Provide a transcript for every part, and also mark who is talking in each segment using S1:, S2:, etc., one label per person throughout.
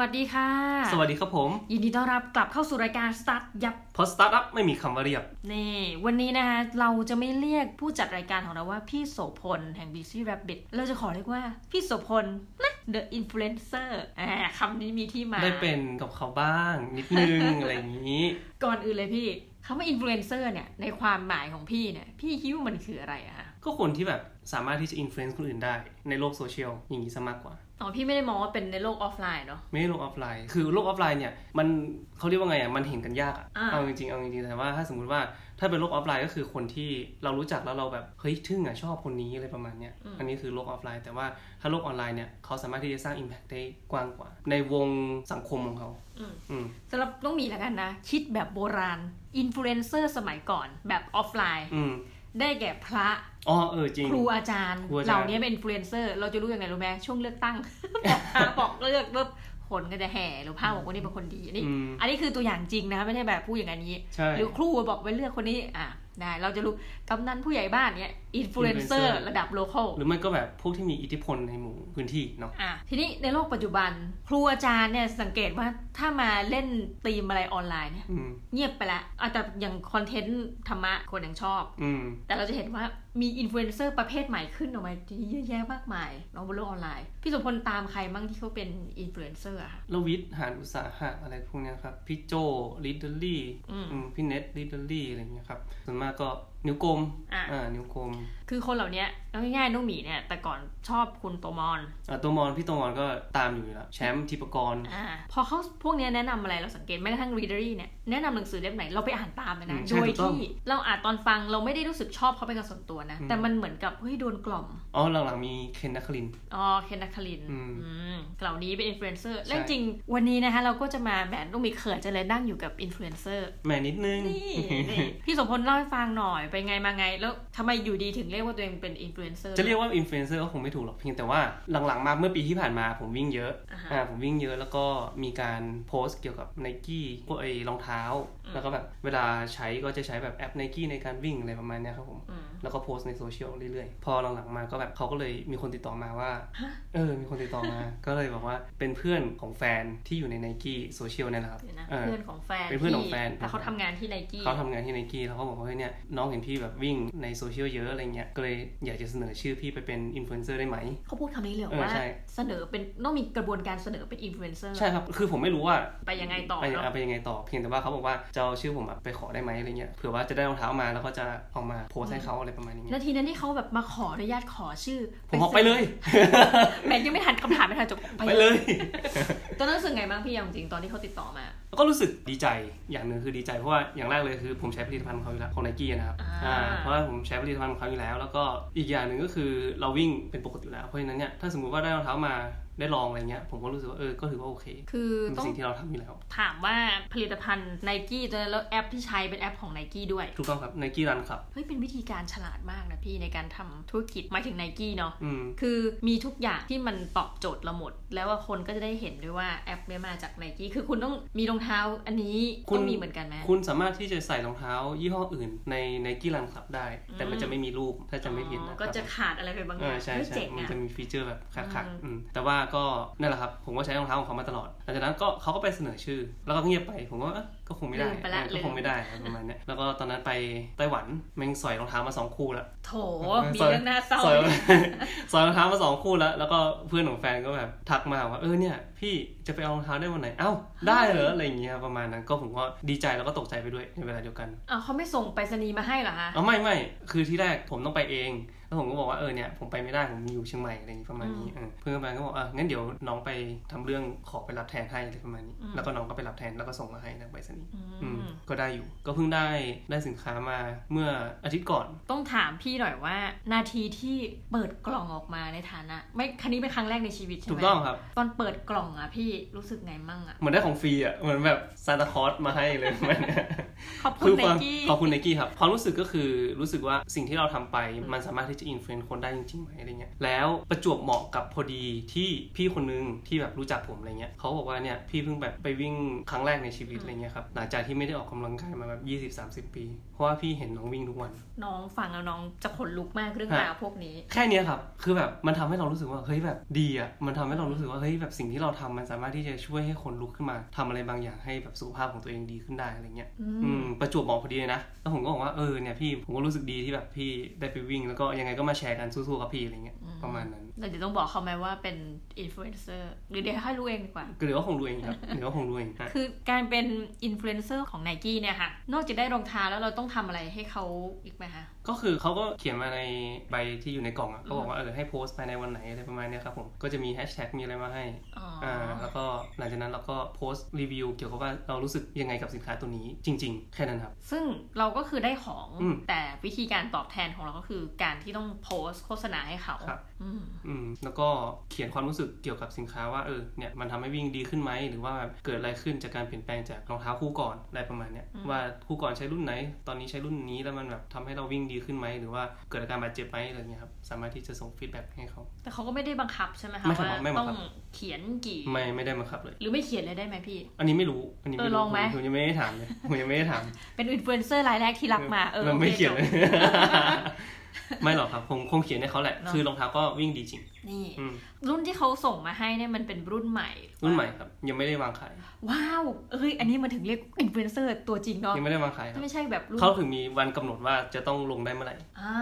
S1: วัสดีค่ะ
S2: สวัสดีครับผม
S1: ยินดีต้อนรับกลับเข้าสู่รายการ Start ยับ
S2: เพราะสตาร์ทอัพไม่มีคำว่าเรียบ
S1: นี่ วันนี้นะคะเราจะไม่เรียกผู้จัดรายการของเราว่าพี่โสพลแห่ง b ีซี่แรบบิเราจะขอเรียกว่าพี่โสพลนะ The Influencer อ่าคำนี้มีที่มา
S2: ได้เป็นกับเขาบ้าง นิดนึ ง อะไรอย่างนี้
S1: ก่อนอื่นเลยพี่คำว่า Influencer เนี่ย ในความหมายของพี่เนี่ย พี่คิดว่ามันคืออะไรอะคะ
S2: ก็คนที่แบบสามารถที่จะอิ f l u e n c e คนอื่นได้ ในโลกโซเชียลอย่างนี้ซะมากกว่า
S1: อ๋อพี่ไม่ได้มองว่าเป็นในโลกออฟไลน์เนาะ
S2: ไม่ใช่โลกออฟไลน์ คือโลกออฟไลน์เนี่ยมันเขาเรียกว่าไงอ่ะ มันเห็นกันยากอ่ะ
S1: อ่า
S2: เอาจริงๆ เอาจริงๆ แต่ว่าถ้าสมมติว่าถ้าเป็นโลกออฟไลน์ก็คือคนที่เรารู้จักแล้วเราแบบเฮ้ยทึ่งอ่ะชอบคนนี้อะไรประมาณเนี้ย อันนี้คือโลกออฟไลน์ แต่ว่าถ้าโลกออนไลน์เนี่ยเขาสามารถที่จะสร้าง impact ได้กว้างกว่า ในวงสังคมของเขาอืม
S1: สำหรับต้องมีแล้วกันนะ คิดแบบโบราณ Influencer สมัยก่อนแบบออฟไลน์
S2: อืม
S1: ได้แก่พระ
S2: อ๋อเออจริง
S1: ครูอาจารย์
S2: ครูอาจารย์
S1: เหล่านี้เป็นอินฟลูเอนเซอร์ เราจะรู้ยังไงรู้ไหมช่วงเลือกตั้ง บอกหาบอกเลือกปุ๊บคนก็จะแห่หรือภาพบอกว่านี่เป็นคนดีนี่
S2: อืม
S1: อันนี้คือตัวอย่างจริงนะไม่ใช่แบบพูดอย่างนี้
S2: ใช่
S1: หรือครูบอกไปเลือกคนนี้อ่ะได้เราจะรู้กำนันผู้ใหญ่บ้านเนี้ยอินฟลูเอนเซอ
S2: influencer
S1: ร์ระดับโลเคอล
S2: หรือไม่ก็แบบพวกที่มีอิทธิพลในหมู่พื้นที่เนาะ
S1: อ่ะทีนี้ในโลกปัจจุบัน ครูอาจารย์เนี่ยสังเกตว่าถ้ามาเล่นตีมอะไรออนไลน์เนี่ย
S2: อืม
S1: เงียบไปละอาจจะแต่อย่างคอนเทนต์ธรรมะคนยังชอบ
S2: อืม
S1: แต่เราจะเห็นว่ามีอินฟลูเอนเซอร์ประเภทใหม่ขึ้นออกมาเยอะแยะมากมายเน้องบนโลกออนไลน์ พี่สมพลตามใครบ้างที่เขาเป็นอินฟลูเอนเซอร์อะค่ะ
S2: ลวิทย์หานอุตสาหะอะไรพวกเนี้ยครับ พี่โจลิดเดอรี่
S1: อืม
S2: อืมพี่เน็ตลิดเดอรี่อะไรอย่างเงี้ยครับ ส่วนมากก็นิ้วกลม
S1: อ่ะ
S2: นิ้วกลม
S1: คือคนเหล่านี้เอาง่ายๆน้องหมีเนี่ย แต่ก่อนชอบคุณโตมอน
S2: อ่ะตัวมอนพี่ตัวมอนก็ตามอยู่อยู่แล้วแชมป์ทิปกร
S1: อ่าพอเขาพวกเนี้ยแนะนำอะไรเราสังเกตแม้กระทั่ง readery เนี่ย แนะนำหนังสือเล่มไหนเราไปอ่านตามเลยนะ
S2: อืมใช่
S1: โดย
S2: ถูกต้อง
S1: ที่เราอ่านตอนฟังเราไม่ได้รู้สึกชอบเขาเป็นการส่วนตัวนะ แต่มันเหมือนกับเฮ้ยโดนกล่อม
S2: อ๋อหลังๆมีเคนนัคลิน
S1: อ๋อเคนนัคลิน
S2: อืม
S1: อืมเหล่านี้เป็นอินฟลูเอนเซอร์
S2: ใช่
S1: และจริงๆวันนี้นะคะเราก็จะมาแหมน้องหมีเขินจะเลยนั่งอยู่กับอินฟลูเอนเซอร์
S2: แหม่นิดนึง
S1: นี่นี่ พี่สมพลเล่าให้ฟังหน่อยไปไงมาไง แล้วทำไมอยู่ดีถึงเรียกว่าตัวเองเป็นอินฟลูเอนเซอร์
S2: จะเรียกว่าอินฟลูเอนเซอร์ก็คงไม่ถูกหรอกเพียงแต่ว่าหลังๆมาเมื่อปีที่ผ่านมาผมวิ่งเยอะ
S1: อ่าฮะ
S2: ผมวิ่งเยอะแล้วก็มีการโพสต์เกี่ยวกับ n i กี้พวกไอ้รองเท้า
S1: อืม
S2: แล้วก็แบบเวลาใช้ก็จะใช้แบบแอป n i กี้ในการวิ่งอะไรประมาณเนี้ยครับผม
S1: อืม
S2: แล้วก็โพสต์ในโซเชียลเรื่อยๆ พอหลังๆมาก็แบบเขาก็เลยมีคนติดต่อมาว่า เออ มีคนติดต่อมา ก็เลยบอกว่าเป็นเพื่อนของแฟนที่อยู่ใน n i กี้โซเชียลนี่ยแหละครับ
S1: เดี๋ยวนะ
S2: เออ
S1: เพื่อนของแฟน
S2: เป็นเพื่อนของแฟน
S1: ที่แต่เขาทำงานที่ไนกี้
S2: เขาทำงานที่ไนกี้แล้วเขาบอกว่าเฮ้ยเนี่ยน้องเห็นพี่แบบวิ่งในโซเชียลเยอะอะไรเงี้ยก็เลยอยากจะเสนอชื่อพี่ไปเป็นอินฟลูเอนเซอร์ได้ไหม
S1: เขาพูดคำนี้เลยเหรอ
S2: เออ
S1: ว่า
S2: ใช่
S1: เสนอเป็นต้องมีกระบวนการเสนอเป็นอินฟลูเอนเซอร์
S2: ใช่ครับ คือผมไม่รู้ว่า
S1: ไปยังไงต่อ
S2: ไปยัง
S1: เนอะ
S2: ไปยังไงต่อ เพียงแต่ว่าเขาบอกว่าจะเอาชื่อผมอะไปขอได้ไหมอะไรเงี้ย เผื่อว่าจะได้รองเท้ามาแล้วก็จะเอามาโพสต์ให้เขาอะไรประมาณนี้
S1: นาทีนั้นที่เขาแบบมาขออนุญาตขอชื่อ
S2: ผมบอกไปเลย
S1: แหมยังไม่ทันคำถามไม่ทันจบ
S2: ไปเลย
S1: ตอนนั้นรู้สึกไงบ้างพี่เอาจริงๆตอนที่เขาติดต่อมา
S2: แล้วก็รู้สึกดีใจอย่างหนึ่งคือดีใจเพราะว่าอย่างแรกเลยคือผมใช้ผลิตภัณฑ์ของเขาอยู่แล้วของไนกี้นะครับ
S1: อ่า
S2: อ่าเพราะว่าผมใช้ผลิตภัณฑ์ของเขาอยู่แล้ว แล้วก็อีกอย่างหนึ่งก็คือเราวิ่งเป็นปกติอยู่แล้วเพราะฉะนั้นเนี่ยถ้าสมมติว่าได้รองเท้ามาได้ลองอะไรเงี้ยผมก็รู้สึกว่าเออก็ถือว่าโอเค
S1: คือ
S2: เป็น
S1: ต้อง
S2: สิ่งที่เราทำอยู่แล้ว
S1: ถามว่าผลิตภัณฑ์ไนกี้ตอนนั้นแล้วแอปที่ใช้เป็นแอปของไนกี้ด้วย
S2: ถูกต้องครับไนกี้รันครับ
S1: เฮ้ยเป็นวิธีการฉลาดมากนะพี่ในการทำธุรกิจหมายถึงไนกี้เนาะ
S2: อืม
S1: คือมีทุกอย่างที่มันตอบโจทย์เราหมด แล้วว่าคนก็จะได้เห็นด้วยว่าแอปเนี่ยมาจากไนกี้คือคุณต้องมีรองเท้าอันนี้
S2: คุ
S1: ต้
S2: ณ
S1: องมีเหมือนกันไหม
S2: คุณสามารถที่จะใส่รองเท้ายี่ห้ออื่นในไนกี้รันครับได้ แต่มัน
S1: อืม
S2: จะไม่มีรูปถ้าจำไม่ผิด
S1: อ๋
S2: นะ
S1: อก็จะขาดอะไรไปบางอ
S2: เอย่าง อใช่
S1: เฮ้ย
S2: ใช่
S1: เจ๋ง
S2: มัน
S1: อะ
S2: จะมีฟีเจอร์แบบขาด
S1: อืม
S2: ๆอืมแต่ว่าก็นั่นแหละครับผมก็ใช้รองเท้าของเขามาตลอดหลังจากนั้นก็เขาก็ไปเสนอชื่อ แล้วก็เงียบไปผมก็เอ๊ะก็คงไม่ได้
S1: ลืมไปละ
S2: เออก็
S1: ลืม
S2: คงไม่ได้อะไรประมาณเนี้ยแล้วก็ตอนนั้นไปไต้หวันแม่งสอยรองเท้ามาสองคู่ละ
S1: โถมีเรื่องน่าเศร้า
S2: สอย สอยรองเท้ามาสองคู่แล้วแล้วก็เพื่อนของแฟนก็แบบทักมาว่าเออเนี่ยพี่จะไปเอารองเท้าได้วันไหนเอ้าได้เหรออะไรอย่างเงี้ยประมาณนั้นก็ผมก็ดีใจแล้วก็ตกใจไปด้วยในเวลาเดียวกัน
S1: อ้าวเขาไม่ส่งไปรษณีย์มาให้เหรอคะ
S2: อ๋อไม่ไม่คือที่แรกผมต้องไปเอง แล้วผมก็บอกว่าเออเนี่ยผมไปไม่ได้ผมอยู่เชียงใหม่อะไรอย่างงี้ประมาณนี้เออเพื่อนแฟนก็บอกอ่ะงั้นเดี๋ยวน้องไปทำเรื่องขอไปรับแทนให้อะไรประมาณนี้
S1: อืม
S2: แล้วก็น้องก็ไปรับแทนแล้วก็ส่งมาให้ทางไปรษณีย์
S1: อืม
S2: อืมก็ได้อยู่ ก็เพิ่งได้ได้สินค้ามาเมื่ออาทิตย์ก่อน
S1: ต้องถามพี่หน่อยว่า นาทีที่เปิดกล่องออกมาในฐานะ ไม่ครั้งนี้เป็นครั้งแรกในชีวิตใช่ไหม
S2: ถูกต้องครับ
S1: ตอนเปิดกล่องอะพี่รู้สึกไงมั่งอะ
S2: เหมือนได้ของฟรีอ่ะเหมือนแบบซานตาคลอสมาให้เลย ประมาณเนี้ย
S1: ขอบคุณไน
S2: ความ
S1: กี้
S2: ขอบคุณไนกี้ครับ ความรู้สึกก็คือรู้สึกว่าสิ่งที่เราทำไปมันสามารถที่จะอิ f l u e n c e คนได้จริงๆไหมอะไรเงี้ยแล้วประจวบเหมาะกับพอดีที่พี่คนนึงที่แบบรู้จักผมอะไรเงี้ยเขาบอกว่าเนี่ยพี่เพิ่งแบบไปวิ่งครั้งแรกในชีวิตอะไรเงี้ยครับ หลังจากที่ไม่ได้ออกกำลังกายมาแบบ 20-30 ปี เพราะว่าพี่เห็นน้องวิ่งทุกวัน
S1: น้องฟังแล้วน้องจะขนลุกมากเรื่อง
S2: ฮะ
S1: ราวพวกนี้
S2: แค่เนี้ยครับ คือแบบมันทำให้เรารู้สึกว่าเฮ้ยแบบดีอ่ะ มันทำให้เรารู้สึกว่าเฮ้ยแบบสิ่งที่เราทำมันสามารถที่จะช่วยให้คนลุกขึ้นมาทำอะไรบางอย่างให้แบบสุขภาพของตัวเองดีขึ้นได้อะไรเงี้ย
S1: อื
S2: อื
S1: ม
S2: มประจวบเหมาะพอดีเลยนะ แล้วผมก็บอกว่าเออเนี่ยพี่ผมก็รู้สึกดีที่แบบพี่ได้ไปวิ่ง แล้วก็ยังไงก็มาแชร์กันสู้ๆกับพี่อะไรเงี้ย
S1: อืม
S2: ประมาณนั้น
S1: เราจะต้องบอกเขาไหมว่าเป็นอินฟลูเอนเซอร์หรือเดี๋ยวให้รู้เองดีกว่า
S2: ก็เดี๋ยวก็คงรู้เอง ครับ เดี๋ยวก็คงรู้เองฮะ
S1: คือการเป็นอินฟลูเอนเซอร์ของไนกี้เนี่ยค่ะ นอกจากได้รองเท้าแล้วเราต้องทำอะไรให้เขาอีกไหมคะ
S2: ก็คือเขาก็เขียนมาในใบที่อยู่ในกล่องอะเขาบอกว่าเออให้โพสต์ภายในวันไหนอะไรประมาณเนี้ยครับผมก็จะมีแฮชแท็กมีอะไรมาให้
S1: อ๋ออ
S2: อ่าแล้วก็หลังจากนั้นเราก็โพสต์รีวิวเกี่ยวกับว่าเรารู้สึกยังไงกับสินค้าตัวนี้จริง ๆ แค่นั้นครับ
S1: ซึ่งเราก็คือได้ของ
S2: อืม
S1: แต่วิธีการตอบแทนของเราก็คือการที่ต้องโพสต์โฆษณาให้เขา
S2: ครับ
S1: อืม
S2: อืมแล้วก็เขียนความรู้สึกเกี่ยวกับสินค้าว่าเออเนี่ยมันทำให้วิ่งดีขึ้นไหมหรือว่าเกิดอะไรขึ้นจากการเปลี่ยนแปลงจากรองเท้าคู่ก่อนอะไรประมาณเนี้ย
S1: อืม
S2: ว่าคู่ก่อนใช้รุ่นไหน ตอนนี้ใช้รุ่นนี้แล้วมันแบบทำให้เราวิ่งดีขึ้นไหมหรือว่าเกิดอาการบาดเจ็บไหมอะไรเงี้ยครับสามารถที่จะส่งฟีดแบ็กให้เขา
S1: แต่เขาก็ไม่ได้บังคับใช่ไหมคะ
S2: ไม่ครับ
S1: ว่า
S2: ไม่บั
S1: ต้อง
S2: คับ
S1: งเขียนกี่
S2: ไม่ไม่ได้มาขับเลย
S1: หรือไม่เขียนเลยได้ไหมพี่
S2: อันนี้ไม่รู้อันนี้ไม่
S1: เออล
S2: รู้
S1: องไหม
S2: ผมยังไม่ได้ถามเลยผมยังไม่ได้ถาม
S1: เป็นอินฟลูเอนเซอร์รายแรกที่รับมาเออ
S2: เราไม่
S1: โอค
S2: เขียนเลย
S1: จบ
S2: ไม่หรอกครับคงคงเขียนให้เขาแหละ
S1: เนอะ
S2: คือรองเท้าก็วิ่งดีจริง
S1: นี่
S2: อืม
S1: รุ่นที่เขาส่งมาให้เนี่ยมันเป็นรุ่นใหม่
S2: รุ่นใหม่ครับ ยังไม่ได้วางขาย
S1: ว้าวเอ้ยอันนี้มันถึงเรียกอินฟลูเอนเซอร์ตัวจริงเนาะ
S2: ยังไม่ได้วางขายครับ
S1: ไม่ใช่แบบรุ่น
S2: เขาถึงมีวันกำหนดว่าจะต้องลงได้เมื่อไหร่
S1: อ่า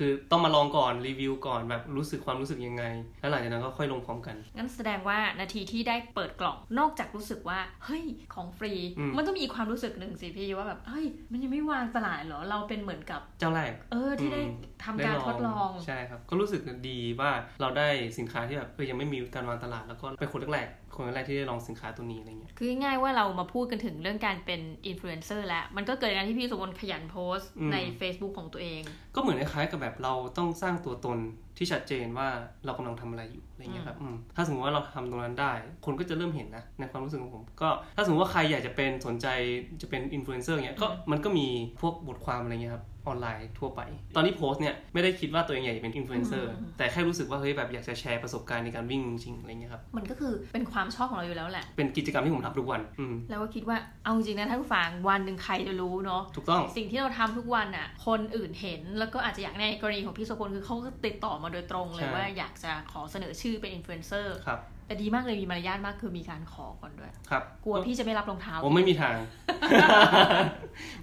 S2: คือต้องมาลองก่อนรีวิวก่อนแบบรู้สึกความรู้สึกยังไง แล้วหลังจากนั้นก็ค่อยลงพร้อมกัน
S1: งั้นแสดงว่านาทีที่ได้เปิดกล่องนอกจากรู้สึกว่า เฮ้ยของฟรี
S2: อืม
S1: มันต้องมีอีกความรู้สึกหนึ่งสิพี่ว่าแบบเฮ้ย มันยังไม่วางตลาดเหรอเราเป็นเหมือนกับ
S2: เจ้าแรก
S1: เออที่ได้
S2: อืม
S1: ทำการทดลอง
S2: ใช่ครับ ก็รู้สึกดีว่าเราได้สินค้าที่แบบเออยังไม่มีการวางตลาดแล้วก็เป็นคนแรกๆคนแรกที่ได้ลองสินค้าตัวนี้อะไรเงี้ย
S1: คือง่ายๆว่าเรามาพูดกันถึงเรื่องการเป็นอินฟลูเอนเซอร์แล้วมันก็เกิดการที่พี่สมบูรณ์ขยันโพสต์
S2: อืม
S1: ใน Facebook ของตัวเอง
S2: ก็เหมือนคล้ายๆกับแบบเราต้องสร้างตัวตนที่ชัดเจนว่าเรากำลังทำอะไรอยู่อะไรเงี้ยครับอืมถ้าสมมติว่าเราทำตรงนั้นได้ คนก็จะเริ่มเห็นนะในความรู้สึกของผม ก็ถ้าสมมติว่าใครอยากจะเป็นสนใจจะเป็นอินฟลูเอนเซอร์เงี้ยก็มันก็มีพวกบทความอะไรเงี้ยครับออนไลน์ทั่วไป ตอนที่โพสต์เนี่ยไม่ได้คิดว่าตัวเองอยากจะเป็นอินฟลูเอนเซอร์แต่แค่รู้สึกว่าเฮ้ยแบบอยากจะแชร์ประสบการณ์ในการวิ่งจริงๆอะไรเงี้ยครับ
S1: มันก็คือเป็นความชอบของเราอยู่แล้วแหละ
S2: เป็นกิจกรรมที่ผมทำทุกวันอืม
S1: แล้วก็คิดว่า เอาจริงนะท่านผู้ฟังวันหนึ่งใครจะรู้เนาะ
S2: ถูกต้อง
S1: สิ่งที่เราทำทุกวันอ่ะ คนอื่นเห็น แล้วก็อาจจะอยากในกรณีของพี่โสพลคือเขาก็ติดต่อมาโดยตรงเลย
S2: ใช่
S1: ว่าอยากจะขอเสนอชื่อเป็นอินฟลูเอนเซอร์
S2: ครับ
S1: แต่ดีมากเลยมีมารยาทมากคือมีการขอก่อนด้วย
S2: ครับ
S1: กลัวพี่จะไม่รับรองเท้า
S2: ผมไม่มี ทาง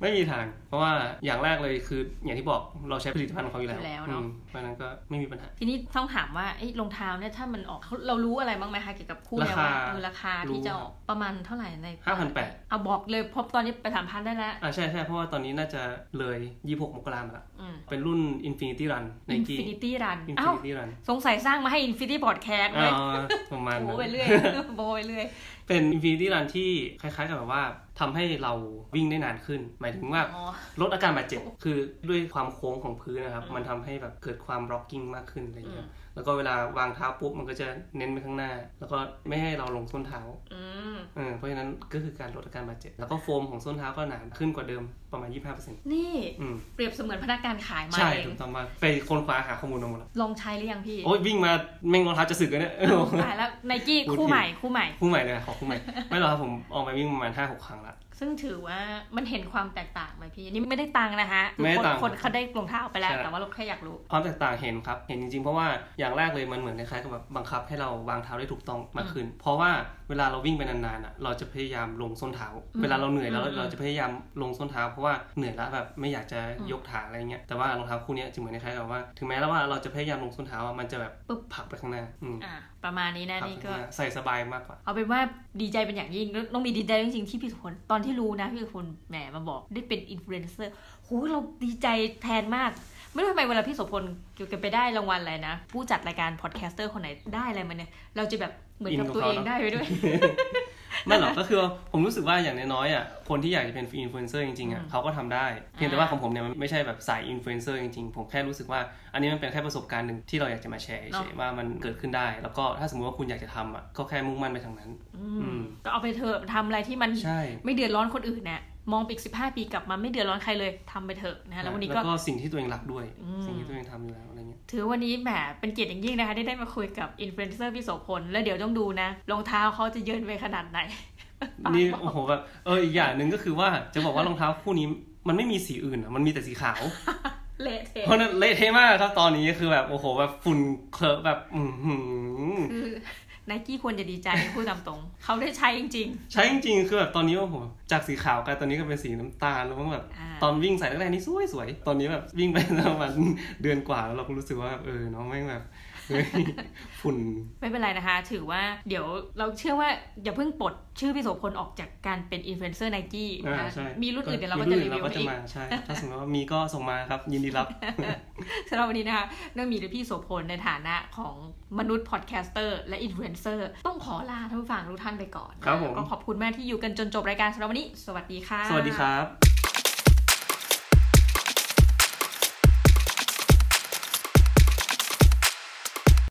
S2: ไม่มีทาง เพราะว่าอย่างแรกเลยคืออย่างที่บอกเราใช้ผลิตภัณฑ์ของเขาอยู่แล้ว
S1: อยู่แล้วเนอะ
S2: อืมเพราะฉะนั้นก็ไม่มีปัญหา
S1: ทีนี้ต้องถามว่าไอ้รองเท้าเนี่ยถ้ามันออกเรารู้อะไรบ้างไหมคะเกี่ยวกับคู่
S2: รา
S1: เนี่ย
S2: คา
S1: ว่าเออราคา
S2: รู้
S1: ที่จะออกประมาณเท่าไหร่ใน
S2: 5,800
S1: เอาบอกเลยเพบตอนนี้ไปถามพันได้แล้ว
S2: อ่าใช่ใช่เพราะว่าตอนนี้น่าจะเลย 26 มกราคมละ
S1: อืม
S2: เป็นรุ่น Infinity Run ใน
S1: อิน
S2: กี
S1: ฟินิตี้รันอ้าว
S2: Infinity Run
S1: สงสัยสร้างมาให้อินฟินิตี้บอร์ดแคส
S2: อ่
S1: ไว้ย
S2: าประมาณ
S1: โบ
S2: นั้น
S1: ไปเรื่อย โบไปเรื่อย
S2: เป็น Infinity Run ที่คล้ายๆกับแบบว่าทำให้เราวิ่งได้นานขึ้น หมายถึงว่า
S1: อ๋อ
S2: ลดอาการบาดเจ็บคือด้วยความโค้งของพื้นนะครับ มันทำให้แบบเกิดความ blocking มากขึ้นอะไรอย่างเงี้ย แล้วก็เวลาวางเท้าปุ๊บมันก็จะเน้นไปข้างหน้า แล้วก็ไม่ให้เราลงส้นเท้า
S1: อืม
S2: เออเพราะฉะนั้นก็คือการลดอาการบาดเจ็บ แล้วก็โฟมของส้นเท้าก็หนาขึ้นกว่าเดิมประมาณ 25%
S1: นี่
S2: อืม
S1: เปรียบเสมือนพนักงานขายมา
S2: ใช่
S1: เอ
S2: ถู
S1: ง
S2: กต้องมากไปค้นคว้าหาข้อมูลมาหมดแล้ว
S1: ลองใช้หรือยังพี่
S2: โอ้ยวิ่งมาแม่งรองเท้าจะสึกแล้วเนี่ย เออ
S1: ตายแล้วไนกี้
S2: พูดผิด
S1: คู่ใหม่คู่ใหม่
S2: คู่ใหม่เลยนะขอคู่ใหม่ ไม่หรอกครับผมออกไปวิ่งประมาณ 5-6 ครั้งละ
S1: ซึ่งถือว่ามันเห็นความแตกต่างไหมพี่อันนี่ไม่ได้ตังค์นะคะคือ
S2: ไม่
S1: คน
S2: ได้ตังค์
S1: คนเขาได้รองเท้าไปแล้ว
S2: ใช่
S1: แต่ว่าเราแค่อยากรู้
S2: ความแตกต่างเห็นครับ เห็นจริงๆ เพราะว่าอย่างแรกเลยมันเหมือนคล้ายๆกับแบบบังคับให้เราวางเท้าได้ถูกต้องมากขึ้น เพราะว่าเวลาเราวิ่งไปนานๆอ่ะเราจะพยายามลงส้นเท้า
S1: อืม
S2: เวลาเราเหนื่อยแล้ว
S1: อืม
S2: เราจะพยายามลงส้นเท้าเพราะว่าเหนื่อยแล้วแบบไม่อยากจะยกขาอะไรเงี้ยแต่ว่ารองเท้าคู่เนี้ยจะเหมือนคล้ายๆกับว่าถึงแม้แล้วว่าเราจะพยายามลงส้นเท้าอะมันจะแบบปึ๊บผลักไปข้างหน้าอืม
S1: อ่ะประมาณนี้นะ
S2: ผลัก
S1: นี่
S2: ไป
S1: ก็
S2: ข้างหน้าใส่สบายมากกว่า
S1: เอาเป็นว่าดีใจเป็นอย่างยิ่งแล้วต้องมีดีใจจริงๆที่พี่สุพลตอนที่รู้นะพี่สุพลแหมมาบอกได้เป็นอินฟลูเอนเซอร์โหเราดีใจแทนมาก ไม่รู้ทำไมเวลาพี่โสุพลเกี่ยวกับไปได้รางวัลอะไรนะ ผู้จัดรายการพอดแคสเตอร์คนไหนได้อะไรมาเนี่ยเราจะแบบเหมือนกับตัวเองได้ไปด้วย
S2: ไม่หรอกก็คือผมรู้สึกว่าอย่างน้อยๆอ่ะคนที่อยากจะเป็นอินฟลูเอนเซอร์จริงๆอ่ะ
S1: อืม
S2: เขาก็ทำได้เพียงแต่
S1: อ่า
S2: ว่าของผมเนี่ยมันไม่ใช่แบบสายอินฟลูเอนเซอร์จริงๆ ผมแค่รู้สึกว่าอันนี้มันเป็นแค่ประสบการณ์หนึ่งที่เราอยากจะมาแชร์
S1: เน
S2: เฉ
S1: อะ
S2: ยๆว่ามันเกิดขึ้นได้ แล้วก็ถ้าสมมติว่าคุณอยากจะทำอ่ะก็แค่มุ่งมั่นไปทางนั้น
S1: อื
S2: อื
S1: ม
S2: ม
S1: ก็เอาไปเถอะทำอะไรที่มัน
S2: ใช่
S1: ไม่เดือดร้อนคนอื่นเนี่ยมองไปอีกสิปีกลับมาไม่เดือดร้อนใครเลยทำไปเถอะนะแล้ววันนี้ก็
S2: สิ่งที่ตัวเองรักด้วย
S1: อืม
S2: สิ่งที่ตัวเองทำอยู่แล้วอะไรเงี้ย
S1: ถือวันนี้แหมเป็นเกียรติอย่างยิ่งนะคะที่ได้มาคุยกับอินฟลูเอนเซอร์พี่โสพลแล้วเดี๋ยวต้องดูนะรองเท้าเขาจะเยินไปขนาดไหน
S2: นี่โอ้โหแบบเอออีกอย่างหนึ่งก็คือว่าจะบอกว่ารองเท้าคู่นี้มันไม่มีสีอื่นอะมันมีแต่สีขาว
S1: เละเทะ
S2: เพราะนั้นเละเทะมากครับตอนนี้คือแบบโอ้โหแบบฝุ่นเคลอะแบบอือหือ
S1: คือ ไนกี้ควรจะดีใจพูดตามตรง เขาได้ใช้จริง
S2: ใช่จริงๆ คือแบบตอนนี้โอ้โหจากสีขาวกลายตอนนี้ก็เป็นสีน้ำตาลแล้วมันแบบ
S1: อ่า
S2: ตอนวิ่งใส่แรกๆนี่สวยๆ ตอนนี้แบบวิ่งไปประมาณเดือนกว่าแล้วเราก็รู้สึกว่าแบบเออน้องแม่งแบบเฮ้ย ฝุ่น
S1: ไม่เป็นไรนะคะ ถือว่าเดี๋ยวเราเชื่อว่าอย่าเพิ่งปลดชื่อพี่โสพลออกจากการเป็นอินฟลูเอนเซอร์ไนกี้
S2: อ่า
S1: นะ
S2: ใช่
S1: มีรุ่นอื่นเดี๋ยวเราก็
S2: มี
S1: จะ
S2: น
S1: รี
S2: อื่น
S1: วิว
S2: เราก็
S1: ให้
S2: จะ
S1: อีก
S2: มาใช่ ถ้าสมมติว่ามีก็ส่งมาครับ ยินดีรับ
S1: สำหรับวันนี้นะคะเรื่องมีและพี่โสพลในฐานะของมนุษย์พอดแคสเตอร์และอินฟลูเอนเซอร์ต้องขอลาท่านผู้ฟังทุกท่านไปก่อน
S2: ครับผม
S1: ก็ขอบคุณมากที่อยู่กันจนจบรายการสำหรับวันนี้ สวัสดีค่ะ
S2: สวัสดีครับ